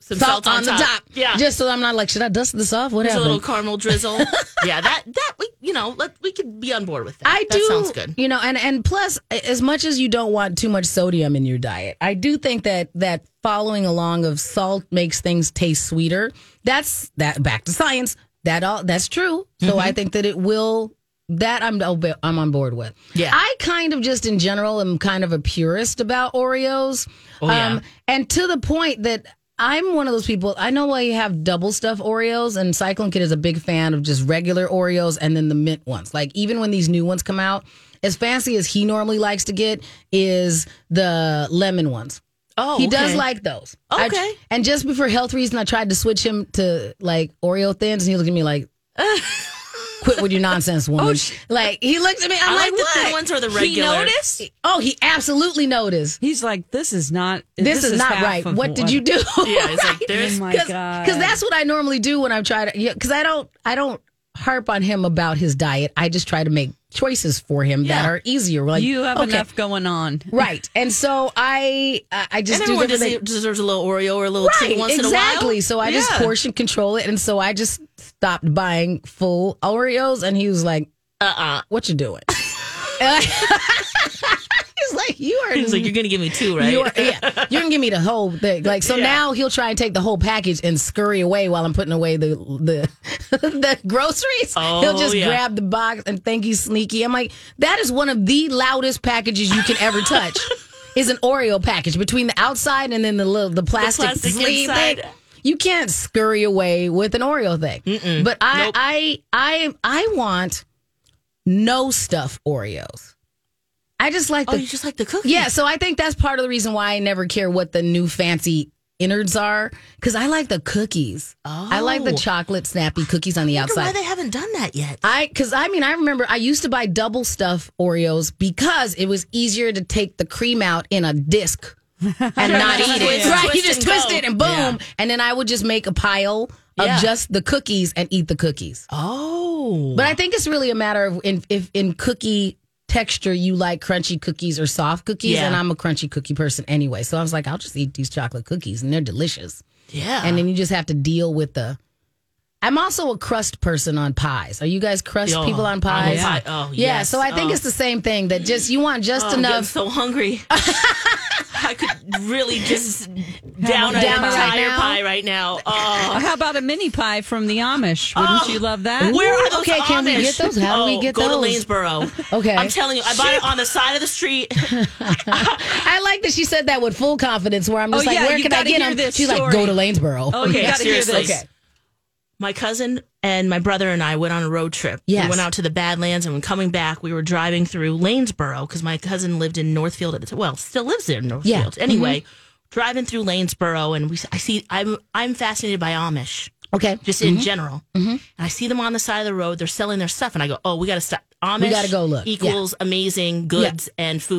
S3: Some
S4: salt, on, the top.
S3: Yeah.
S4: Just so I'm not like, should I dust this off? What
S3: There's a
S4: happened?
S3: little caramel drizzle. yeah, that that we you know let, we could be on board with that.
S4: I
S3: that
S4: do.
S3: sounds good.
S4: You know, and and plus, as much as you don't want too much sodium in your diet, I do think that that following along of salt makes things taste sweeter. That's that back to science. That all that's true. So
S3: Mm-hmm.
S4: I think that it will. That I'm I'm on board with.
S3: Yeah.
S4: I kind of just in general am kind of a purist about Oreos.
S3: Oh, yeah.
S4: Um, and to the point that. I'm one of those people. I know why you have double stuff Oreos, and Cyclone Kid is a big fan of just regular Oreos and then the mint ones. Like even when these new ones come out, as fancy as he normally likes to get is the lemon ones.
S3: Oh,
S4: he does
S3: okay.
S4: like those. I-
S3: Okay.
S4: and just for health reasons, I tried to switch him to like Oreo thins, and he looked at me like, quit with your nonsense, woman. like he looked at me. I'm
S3: Oh, I
S4: like,
S3: like the
S4: what?
S3: thin ones or the
S4: He
S3: regular.
S4: noticed. Oh, he absolutely noticed.
S2: He's like, this is not.
S4: This,
S2: this
S4: is,
S2: is
S4: not
S2: half
S4: right.
S2: of
S4: What did
S2: what-
S4: you do?
S2: Yeah, it's like, there's- Oh my God.
S4: because that's what I normally do when I'm trying to. yeah, Because I don't, I don't harp on him about his diet. I just try to make choices for him that
S2: Yeah.
S4: are easier. Like
S2: you have
S4: okay.
S2: enough going on.
S4: right? And so I, I I just
S3: and
S4: do
S3: everyone
S4: different
S3: des-
S4: things.
S3: deserves a little Oreo or a little treat once
S4: exactly.
S3: in a while.
S4: So I just
S3: Yeah.
S4: portion control it, and so I just stopped buying full Oreos, and he was like, "Uh, uh what you doing?" He's like, "You are."
S3: He's like, you're gonna give me two, right?
S4: You are, yeah, you can give me the whole thing. Like so now, he'll try and take the whole package and scurry away while I'm putting away the the the groceries.
S3: Oh,
S4: he'll just
S3: yeah.
S4: grab the box and think he's sneaky. I'm like, that is one of the loudest packages you can ever touch. is an Oreo package between the outside and then the little the plastic,
S3: plastic
S4: sleeve
S3: inside.
S4: thing. You can't scurry away with an Oreo thing. But I,
S3: Nope.
S4: I I I want no stuff Oreos. I just like
S3: Oh,
S4: the
S3: you just like the cookie.
S4: yeah, so I think that's part of the reason why I never care what the new fancy innards are because I like the cookies. I like the
S3: Oh.
S4: chocolate snappy cookies on the
S3: I wonder why
S4: outside.
S3: they haven't done that yet.
S4: I because I mean I remember I used to buy double stuff Oreos because it was easier to take the cream out in a disc and not eat it.
S3: Twist,
S4: right, you
S3: twist
S4: just
S3: and
S4: twist
S3: go.
S4: it and boom,
S3: Yeah.
S4: and then I would just make a pile of
S3: Yeah.
S4: just the cookies and eat the cookies.
S3: Oh,
S4: But I think it's really a matter of in, if in cookie texture you like crunchy cookies or soft cookies,
S3: Yeah.
S4: and I'm a crunchy cookie person anyway. So I was like, I'll just eat these chocolate cookies, and they're delicious.
S3: yeah.
S2: Ah.
S4: And then you just have to deal with the. I'm also a crust person on pies. Are you guys crust
S3: Oh,
S4: people on
S3: I'm a
S4: pies?
S3: pie- oh,
S4: yeah.
S3: yes.
S4: So I think
S3: Oh.
S4: it's the same thing that just you want just
S3: Oh, I'm getting
S4: enough.
S3: so hungry. I could really just down an
S4: Down right
S3: entire
S4: now?
S3: pie right now. Oh.
S2: How about a mini pie from the Amish? Wouldn't you love that?
S3: Where are those
S4: Okay, can Oh. we
S3: Amish?
S4: get those? How do we
S3: Oh,
S4: get
S3: go
S4: those?
S3: to Lanesboro.
S4: Okay.
S3: I'm telling you, I bought it on the side of the street.
S4: I like that she said that with full confidence. Where I'm
S2: Oh,
S4: just like,
S2: yeah,
S4: where
S2: you
S4: can I
S2: gotta
S4: get
S2: hear
S4: them?
S2: this
S4: She's like,
S2: story.
S4: go to Lanesboro.
S2: Oh, you
S3: Okay,
S2: gotta hear
S3: seriously.
S2: this.
S3: Okay. My cousin and my brother and I went on a road trip.
S4: Yes.
S3: We went out to the Badlands, and when coming back, we were driving through Lanesboro because my cousin lived in Northfield at the time. Well, still lives in Northfield.
S4: Yeah. Mm-hmm.
S3: Anyway, driving through Lanesboro, and we I see I'm I'm fascinated by Amish.
S4: Okay.
S3: just in general.
S4: Mm-hmm.
S3: And I see them on the side of the road. They're selling their stuff, and I go, "Oh, we got to stop." Amish
S4: gotta go look. Yeah.
S3: equals amazing goods and food.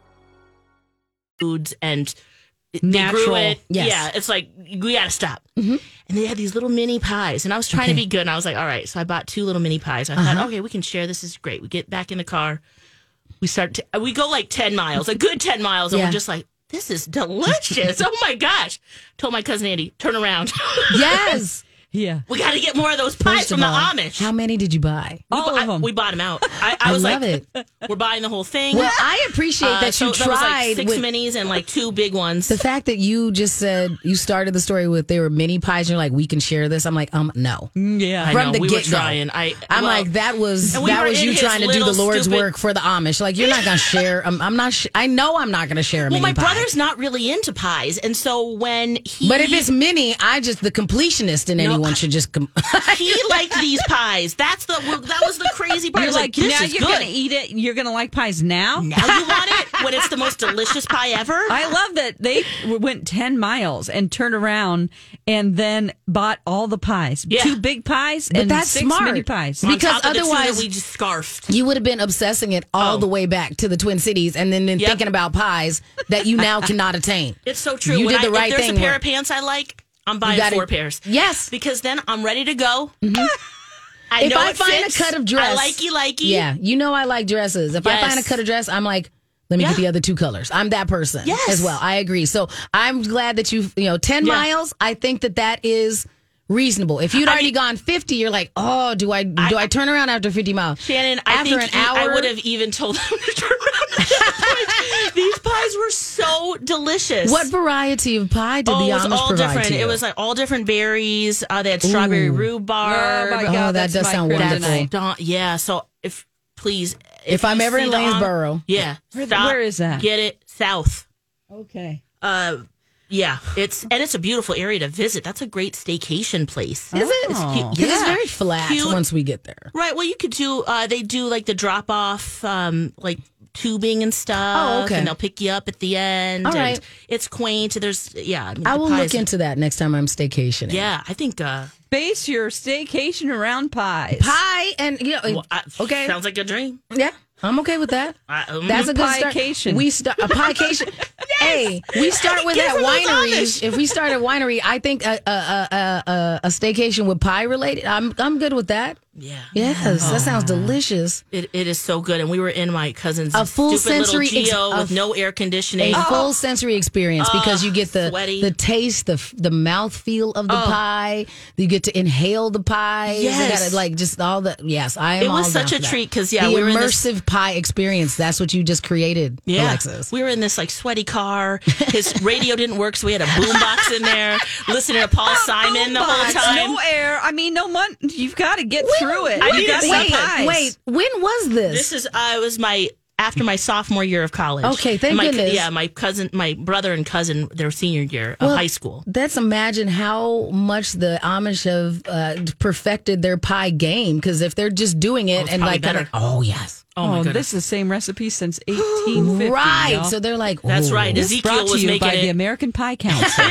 S3: foods and it-
S2: Natural.
S3: They grew it.
S4: Yes. Mm-hmm.
S3: Yeah, it's like we gotta stop. And they had these little mini pies, and I was trying to be good. And I was like, all right, so I bought two little mini pies. I
S4: Uh-huh.
S3: thought, okay, we can share. This is great. We get back in the car, we start. To, we go like ten miles, a good ten miles, and
S4: Yeah.
S3: we're just like, this is delicious. oh my gosh! Told my cousin Andy, turn around.
S4: Yes.
S2: Yeah.
S3: we got to get more of those pies
S4: First of
S3: from the
S4: all,
S3: Amish.
S4: How many did you buy?
S3: we,
S2: All
S3: bu-
S2: of them.
S3: I, we bought them out. I, I
S4: I
S3: was
S4: love
S3: like,
S4: it.
S3: we're buying the whole thing.
S4: Well, I appreciate
S3: Uh,
S4: that
S3: so
S4: you
S3: that was
S4: tried
S3: like six
S4: with
S3: minis and like two big ones.
S4: the fact that you just said you started the story with there were mini pies. And you're like, we can share this. I'm like, um, no.
S2: Yeah.
S3: I
S4: From
S3: know,
S4: the
S3: Mm, we were
S4: get-go.
S3: trying. I,
S4: I'm
S3: well,
S4: like, that was
S3: and we
S4: that
S3: were
S4: was
S3: in
S4: you
S3: his
S4: trying to do the
S3: little
S4: Lord's
S3: stupid-
S4: work for the Amish. Like, you're not gonna share. um, I'm, I'm not. Sh- I know I'm not gonna share a
S3: Well,
S4: mini
S3: my
S4: pie.
S3: brother's not really into pies, and so when he,
S4: But if it's mini, I just the completionist in
S3: No,
S4: anyone
S3: I-
S4: should just. Com-
S3: he liked these pies. That's the well, that was the crazy part. I
S2: You're
S3: was
S2: like,
S3: like, this
S2: now
S3: is
S2: you're
S3: good.
S2: gonna eat it. You're gonna like pies now.
S3: now you want it when it's the most delicious pie ever.
S2: I love that they went 10 miles and turned around and then bought all the pies.
S3: Yeah.
S2: Two big pies
S4: But
S2: and
S4: that's
S2: six
S4: smart.
S2: mini pies.
S3: On
S4: because
S3: top of the two that
S4: otherwise-
S3: we just scarfed.
S4: You would have been obsessing it all
S3: Oh.
S4: the way back to the Twin Cities, and then, then
S3: Yep.
S4: thinking about pies that you now cannot attain.
S3: It's so true.
S4: You
S3: When
S4: did the
S3: I,
S4: right
S3: if there's
S4: thing.
S3: a pair
S4: Lori.
S3: of pants I like, I'm buying
S4: gotta-
S3: four pairs.
S4: Yes. Mm-hmm.
S3: because then I'm ready to go. I
S4: if
S3: know
S4: I
S3: it
S4: find
S3: fits.
S4: a cut of dress,
S3: I likey likey.
S4: Yeah, you know I like dresses. If I
S3: Yes.
S4: find a cut of dress, I'm like, let me get the other two colors. I'm that person
S3: Yes.
S4: as well. I agree. So I'm glad that you you know ten
S3: Yeah.
S4: miles. I think that that is reasonable. If you'd
S3: I
S4: already
S3: mean-
S4: gone fifty, you're like, oh, do I do I, turn around after fifty miles?
S3: Shannon, I
S4: after
S3: think
S4: an
S3: you-
S4: hour,
S3: I would have even told them to turn around. at that point. These pies were so delicious.
S4: What variety of pie did
S3: oh,
S4: the
S3: it was
S4: Amish
S3: all
S4: provide
S3: different.
S4: to you?
S3: It was like all different berries. Uh, they had strawberry
S4: Ooh.
S3: rhubarb.
S4: Oh, my God, Oh, that that's does my sound kryptonite. wonderful.
S3: Don't- yeah. So if please,
S4: If I'm
S3: you
S4: ever
S3: see
S4: in
S3: the Am-
S4: Lanesboro.
S3: yeah,
S2: Where-
S3: stop,
S2: where is that?
S3: Get it south.
S2: Okay.
S3: Uh, yeah, it's and it's a beautiful area to visit. That's a great staycation place.
S4: Is it?
S3: It's cute.
S4: 'Cause It's
S3: Yeah.
S4: very flat
S3: Cute.
S4: once we get there.
S3: Right. Well, you could do. Uh, they do like the drop off, um, like tubing and stuff.
S4: Oh, okay.
S3: And they'll pick you up at the end.
S4: All
S3: and
S4: right.
S3: It's quaint. There's yeah. I, mean,
S4: I
S3: the
S4: will
S3: pies-
S4: look into that next time I'm staycationing.
S3: Yeah, I think uh,
S2: Base your staycation around pies.
S4: Pie and you know,
S3: well, I-
S4: okay.
S3: sounds like a dream.
S4: Yeah, I'm okay with that.
S3: I- um,
S4: That's a good
S2: Piecation.
S4: start. We start a piecation. Hey, we start with
S3: Get
S4: that
S3: from those
S4: wineries.
S3: Amish.
S4: If we start at winery, I think a a a a, a, a staycation with pie related. I'm I'm good with that.
S3: Yeah.
S4: Yes, that sounds delicious.
S3: It, it is so good, and we were in my cousin's
S4: A full
S3: stupid
S4: sensory
S3: little
S4: ex-
S3: geo
S4: a
S3: with no air conditioning.
S4: A full sensory experience because you get the
S3: Oh. Ah, sweaty. Oh.
S4: the taste, the f- the mouth feel of the pie. You get to inhale the pie.
S3: Yes.
S4: you gotta, like just all the yes. I am.
S3: It was
S4: all
S3: such
S4: down
S3: a
S4: for that.
S3: treat 'cause, yeah,
S4: the
S3: we were in this-
S4: immersive pie experience. That's what you just created,
S3: Yeah.
S4: Alexis.
S3: We were in this like sweaty car. His radio didn't work, so we had a boombox in there, listening to Paul Simon the whole
S2: Boombox,
S3: time.
S2: No air. I mean, no month. You've got to get through it.
S3: I
S2: You
S3: need
S2: got
S3: to-
S2: some
S3: wait,
S2: pies.
S4: Wait, when was this?
S3: This is I was my after my sophomore year of college.
S4: Okay, thank
S3: And my,
S4: goodness.
S3: Yeah, my cousin, my brother and cousin, their senior year of high school.
S4: Let's imagine how much the Amish have uh, perfected their pie game because if they're just doing it and
S3: probably
S4: like,
S3: better.
S4: oh yes,
S3: Oh my
S2: Oh, this
S3: goodness.
S2: is the same recipe since 1850.
S4: right.
S2: y'all.
S4: So they're like,
S3: That's
S4: "Ooh."
S3: right.
S2: This is
S3: Ezekiel
S2: brought to
S3: was
S2: you
S3: making
S2: by the
S3: it.
S2: American Pie Council.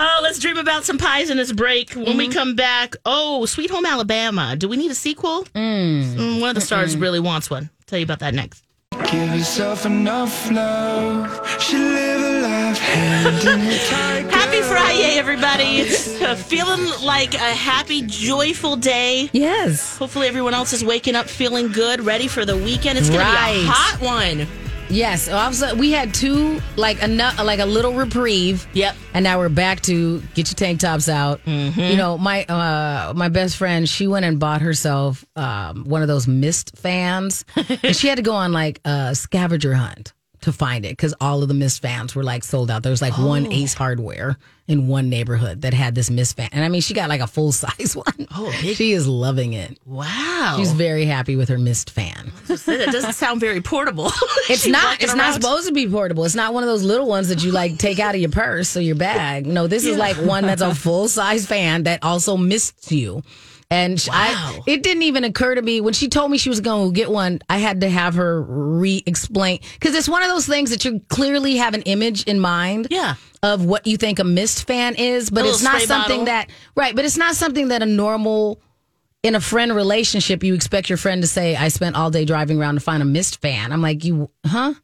S3: Oh, let's dream about some pies in this break. When we come back, oh, Sweet Home Alabama. Do we need a sequel? Mm, one of the stars really wants one. Tell you about that next.
S6: Give yourself enough love. Should live a life hand in hand.
S3: Happy Friday, everybody. It's uh, feeling like a happy, joyful day.
S4: Yes.
S3: Hopefully, everyone else is waking up feeling good, ready for the weekend. It's going to
S4: Right.
S3: be a hot one.
S4: Yes. So I was- we had two like enough like a little reprieve.
S3: Yep.
S4: And now we're back to get your tank tops out. You know, my uh my best friend, she went and bought herself um one of those mist fans. and she had to go on like a scavenger hunt to find it because all of the mist fans were like sold out. There was like one Ace Hardware in one neighborhood that had this mist fan. And I mean, she got like a full size one. Oh, she is loving it.
S3: Wow.
S4: She's very happy with her mist fan.
S3: that doesn't sound very portable.
S4: It's
S3: She's
S4: not.
S3: walking
S4: It's not
S3: around.
S4: supposed to be portable. It's not one of those little ones that you like take out of your purse or your bag. No, this is like one that's a full size fan that also missed you. And sh I,
S3: Wow.
S4: it didn't even occur to me when she told me she was going to get one. I had to have her re-explain because it's one of those things that you clearly have an image in mind
S3: Yeah.
S4: of what you think a mist fan is, but
S3: A
S4: it's
S3: little
S4: not
S3: spray
S4: something
S3: bottle.
S4: that right. But it's not something that a normal in a friend relationship you expect your friend to say, "I spent all day driving around to find a mist fan." I'm like, you huh?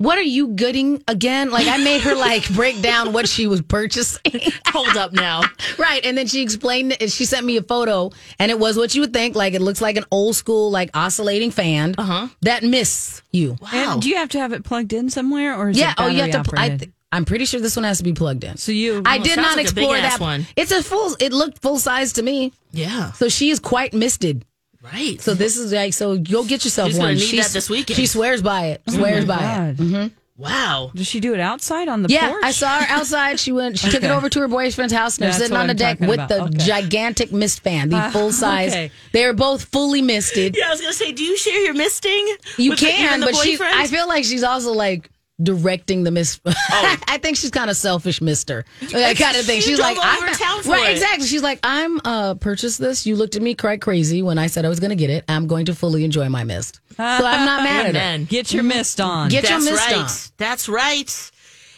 S4: What are you gooding again? Like I made her like break down what she was purchasing.
S3: Hold up now.
S4: Right. And then she explained it. She sent me a photo, and it was what you would think. Like it looks like an old school, like oscillating fan
S3: Uh-huh.
S4: that miss you.
S2: And do you have to have it plugged in somewhere, or is
S4: Yeah.
S2: It
S4: Oh, you
S2: battery
S4: have to. Pl- I
S2: operated?
S4: th- I'm pretty sure this one has to be plugged in.
S2: so you.
S4: I
S3: it
S4: did
S3: sounds
S4: not
S3: like a
S4: explore
S3: big-ass
S4: that
S3: one.
S4: It's a full. It looked full size to me.
S3: Yeah.
S4: So she is quite misted.
S3: Right.
S4: So this is like. So go get yourself
S3: She's gonna
S4: one.
S3: need
S4: She's-
S3: that this weekend. Oh
S4: She swears by it. Swears by it.
S2: Oh God.
S3: wow.
S2: Does she do it outside on the
S4: Yeah,
S2: porch?
S4: I saw her outside. She went. She took it
S2: Okay.
S4: over to her boyfriend's house, and they're
S2: That's
S4: sitting
S2: what
S4: on the
S2: I'm
S4: deck
S2: talking
S4: with
S2: about.
S4: the
S2: Okay.
S4: gigantic mist fan, the
S2: Ah,
S4: full size.
S2: okay.
S4: They are both fully misted.
S3: Yeah, I was going to say, do you share your misting?
S4: You
S3: with the- you
S4: can,
S3: and the
S4: but she.
S3: boyfriend?
S4: I feel like she's also like directing the mist.
S2: Oh.
S4: I think she's kind of selfish, Mister. That kind of thing.
S3: She
S4: She's
S3: drove
S4: like,
S3: all
S4: I'm
S3: over town for
S4: right,
S3: it.
S4: exactly. She's like, I'm uh purchased this. You looked at me cry crazy when I said I was going to get it. I'm going to fully enjoy my mist. So I'm not mad at her.
S3: Amen.
S2: Get your mist on.
S4: Get your
S3: That's
S4: mist
S3: right.
S4: on.
S3: That's right.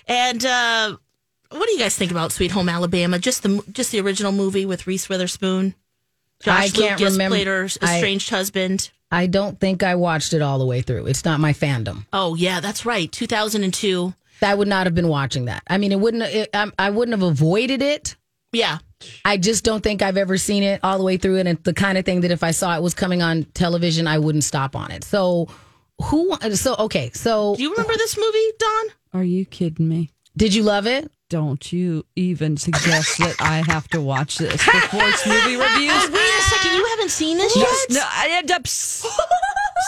S3: And uh, what do you guys think about Sweet Home Alabama? Just the just the original movie with Reese Witherspoon. Josh
S4: I can't
S3: Lucas
S4: remember-
S3: played her
S4: I-
S3: estranged husband.
S4: I don't think I watched it all the way through. It's not my fandom.
S3: Oh yeah, that's right. Two thousand and two.
S4: um, I would not have been watching that. I mean, it wouldn't. It, I, I wouldn't have avoided it,
S3: Yeah.
S4: I just don't think I've ever seen it all the way through, and it's the kind of thing that if I saw it was coming on television, I wouldn't stop on it. So who? So okay, so
S3: do you remember this movie, Don?
S2: Are you kidding me?
S4: Did you love it?
S2: Don't you even suggest that I have to watch this before it's movie reviews?
S3: Wait a second, you haven't seen this
S2: Yes,
S3: yet?
S2: no, I end up. s-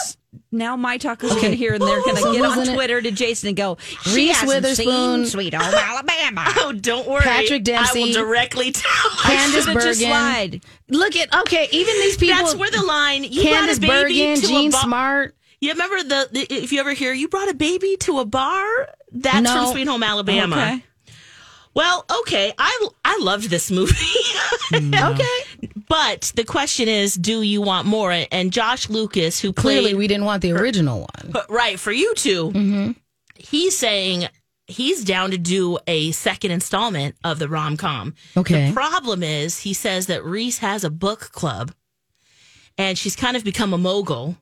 S2: s- now my talkers are gonna hear and they're gonna
S4: So
S2: get on
S4: wasn't it-
S2: Twitter to Jason and go. She
S4: Reese
S2: hasn't
S4: Witherspoon-
S2: seen Sweet Home Alabama.
S3: Oh, don't worry.
S4: Patrick Dempsey.
S3: I will directly tell
S4: Candace
S2: should've just
S4: Bergen.
S2: lied.
S4: Look at okay, even these people.
S3: That's where the line. You
S4: Candace
S3: brought a baby
S4: Bergen,
S3: to
S4: Gene
S3: a bar.
S4: Smart.
S3: You remember the, the- if you ever hear you brought a baby to a bar? That's
S4: No.
S3: from Sweet Home Alabama.
S2: Okay.
S3: Well, okay, I I loved this movie. okay, but the question is, do you want more? And Josh Lucas, who played
S4: Clearly, we didn't want the original one.
S3: but right for you 2
S4: Mm-hmm.
S3: he's saying he's down to do a second installment of the rom com.
S4: Okay.
S3: The problem is he says that Reese has a book club, and she's kind of become a mogul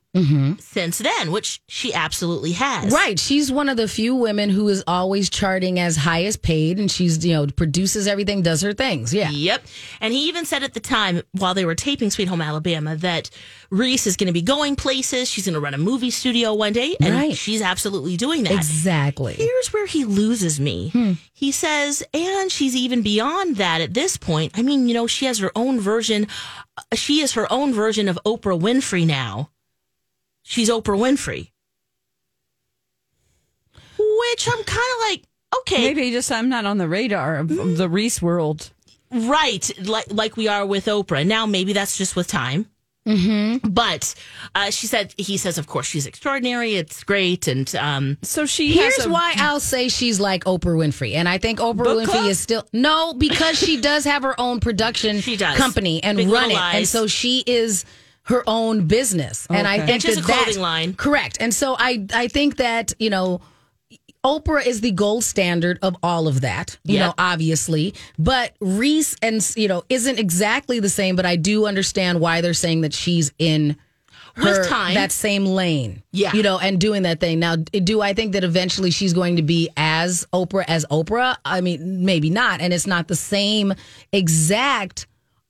S3: since then, which she absolutely has.
S4: Mm-hmm. Right. She's one of the few women who is always charting as highest paid and she's, you know, produces everything, does her things. Yeah.
S3: Yep. And he even said at the time while they were taping Sweet Home Alabama that Reese is going to be going places. She's going to run a movie studio one day. And
S4: Right.
S3: she's absolutely doing that.
S4: Exactly.
S3: Here's where he loses me. He says, and she's even beyond that at this point. I mean, you know, she has her own version. uh, She is her own version of Oprah Winfrey now. She's Oprah Winfrey. Which I'm kind of like, okay.
S2: Maybe just I'm not on the radar of, of the Reese world.
S3: right like like we are with oprah now maybe that's just with time mm-hmm. but uh, she said he says of course she's extraordinary it's great and um
S2: So she
S4: Here's
S2: has a-
S4: why I'll say she's like Oprah Winfrey. And I think Oprah
S2: Book
S4: Winfrey
S2: club?
S4: is still no, because she does have her own production
S3: She does.
S4: company and
S3: Big
S4: run it.
S3: Little
S4: And
S3: Lies.
S4: so she is her own business. And I
S2: Okay.
S4: think
S3: Which is
S4: that
S3: a clothing
S4: that-
S3: line.
S4: Correct. And so I I think that, you know, Oprah is the gold standard of all of that, you
S3: Yep.
S4: know, obviously. But Reese and you know isn't exactly the same, but I do understand why they're saying that she's in
S3: With
S4: her,
S3: time.
S4: that same lane,
S3: Yeah.
S4: you know, and doing that thing. Now, do I think that eventually she's going to be as Oprah as Oprah? I mean, maybe not, and it's not the same exact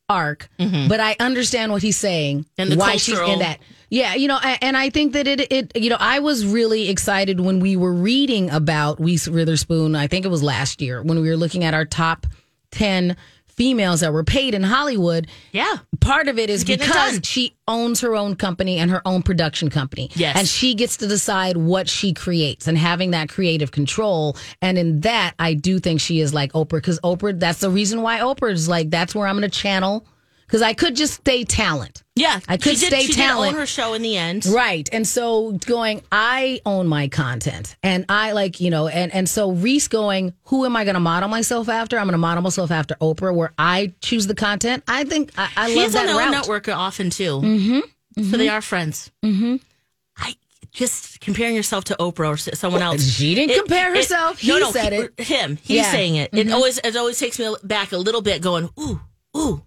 S4: arc, but I understand what he's saying
S3: Mm-hmm. And the
S4: why she's
S3: cultural-
S4: in that. Yeah, you know, a- and I think that it, it, you know, I was really excited when we were reading about Reese Witherspoon. I think it was last year when we were looking at our top ten females that were paid in Hollywood.
S3: yeah
S4: Part of it is
S3: getting it
S4: because
S3: done.
S4: she owns her own company and her own production company.
S3: Yes.
S4: And she gets to decide what she creates and having that creative control. And in that, I do think she is like Oprah because Oprah, that's the reason why Oprah is like, that's where I'm going to channel. Because I could just stay talent.
S3: yeah
S4: I could
S3: she did,
S4: stay
S3: she
S4: talent.
S3: did own her show in the end
S4: Right. And so going, I own my content and I like, you know, and, and so Reese going, who am I going to model myself after? I'm going to model myself after Oprah where I choose the content. I think I, I love
S3: she's on
S4: that
S3: the
S4: route. Mm-hmm,
S3: network often too so they are friends mm-hmm i just comparing yourself to oprah or s- someone else
S4: she didn't compare herself. He
S3: no, no,
S4: said it.
S3: him he's
S4: Yeah. Mm-hmm.
S3: saying it it always it always takes me back a little bit going ooh ooh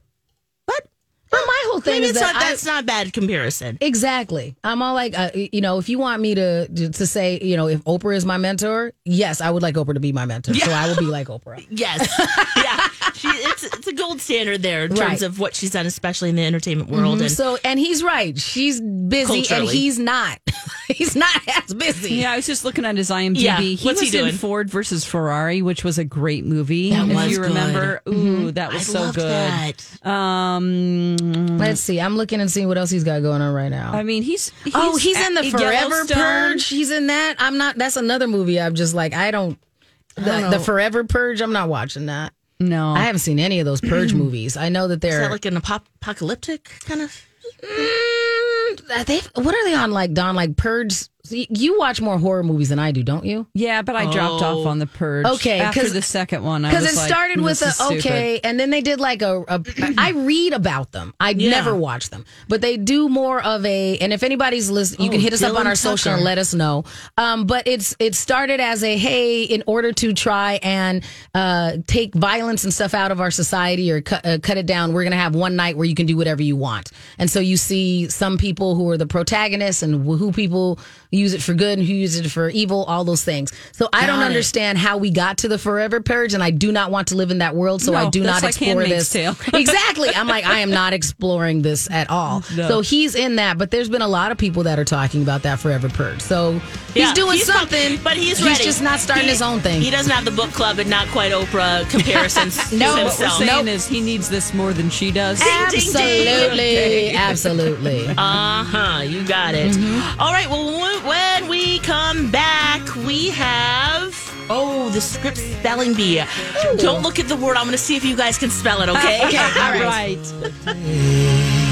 S3: but
S4: But my whole thing
S3: maybe
S4: is
S3: it's
S4: that
S3: not,
S4: I-
S3: that's not a bad comparison
S4: Exactly. I'm all like, uh, you know, if you want me to to say, you know, if Oprah is my mentor, yes, I would like Oprah to be my mentor. So I will be like Oprah.
S3: Yes. yeah. She, it's, it's a gold standard there in
S4: Right. Mm-hmm.
S3: terms of what she's done, especially in the entertainment world. And
S4: So, and he's right. She's busy, and
S3: Culturally.
S4: he's not. he's not as busy.
S2: Yeah, I was just looking at his IMDb.
S3: Yeah,
S2: He
S3: what's
S2: was
S3: he
S2: in
S3: doing?
S2: Ford versus Ferrari, which was a great movie.
S3: That
S2: if
S3: was
S2: you
S3: good.
S2: remember,
S4: Mm-hmm.
S2: ooh, that was
S3: I
S2: so
S3: loved
S2: good.
S3: that.
S2: Um,
S4: Let's see. I'm looking and seeing what else he's got going on right now.
S2: I mean, he's, he's
S4: oh, he's in the
S2: at
S4: Forever
S2: Yellowstone.
S4: Purge. He's in that. I'm not. That's another movie. I'm just like, I don't. The, the Forever Purge. I'm not watching that.
S2: No,
S4: I haven't seen any of those Purge movies. I know that
S3: Is
S4: they're
S3: that like an apop- apocalyptic kind of?
S4: Mm, they what are they on like Don like Purge? You- You watch more horror movies than I do, don't you?
S2: yeah, but I dropped off on the Purge.
S4: Oh. Okay,
S2: after
S4: 'cause-
S2: the second one,
S4: Because it started
S2: "Hmm,
S4: with a okay, and then they did like a. a I read about them. I never watch them, but they do more of a. And if anybody's listening, you can
S3: Oh,
S4: hit us up on
S3: Dylan
S4: our social and
S3: Tucker.
S4: let us know. Um, but it's it started as a hey, in order to try and uh, take violence and stuff out of our society or cut uh, cut it down, we're gonna have one night where you can do whatever you want. And so you see some people who are the protagonists and who people use it for good and who used it for evil, all those things. So I don't
S2: Got it.
S4: understand how we got to the forever purge, and I do not want to live in that world. So I
S2: No,
S4: do
S2: that's
S4: not
S2: like
S4: explore
S2: Handmaid's
S4: this.
S2: Tale.
S4: exactly. I'm like, I am not exploring this at all.
S2: No.
S4: So he's in that, but there's been a lot of people that are talking about that forever purge. So he's
S3: Yeah,
S4: doing
S3: fine,
S4: something,
S3: but he's
S4: he's
S3: ready.
S4: just not starting
S3: He-
S4: his own thing.
S3: He doesn't have the book club and not quite Oprah comparisons
S2: no,
S3: to
S2: what we're
S3: himself.
S2: saying is he needs this more than she does.
S4: Absolutely, absolutely.
S3: Uh huh. You got it.
S4: Mm-hmm.
S3: All right. Well, when- when we come back, we have oh the script spelling bee.
S4: Uh,
S3: Don't look at the word. I'm going to see if you guys can spell it. Okay.
S4: Okay, all right.
S3: right.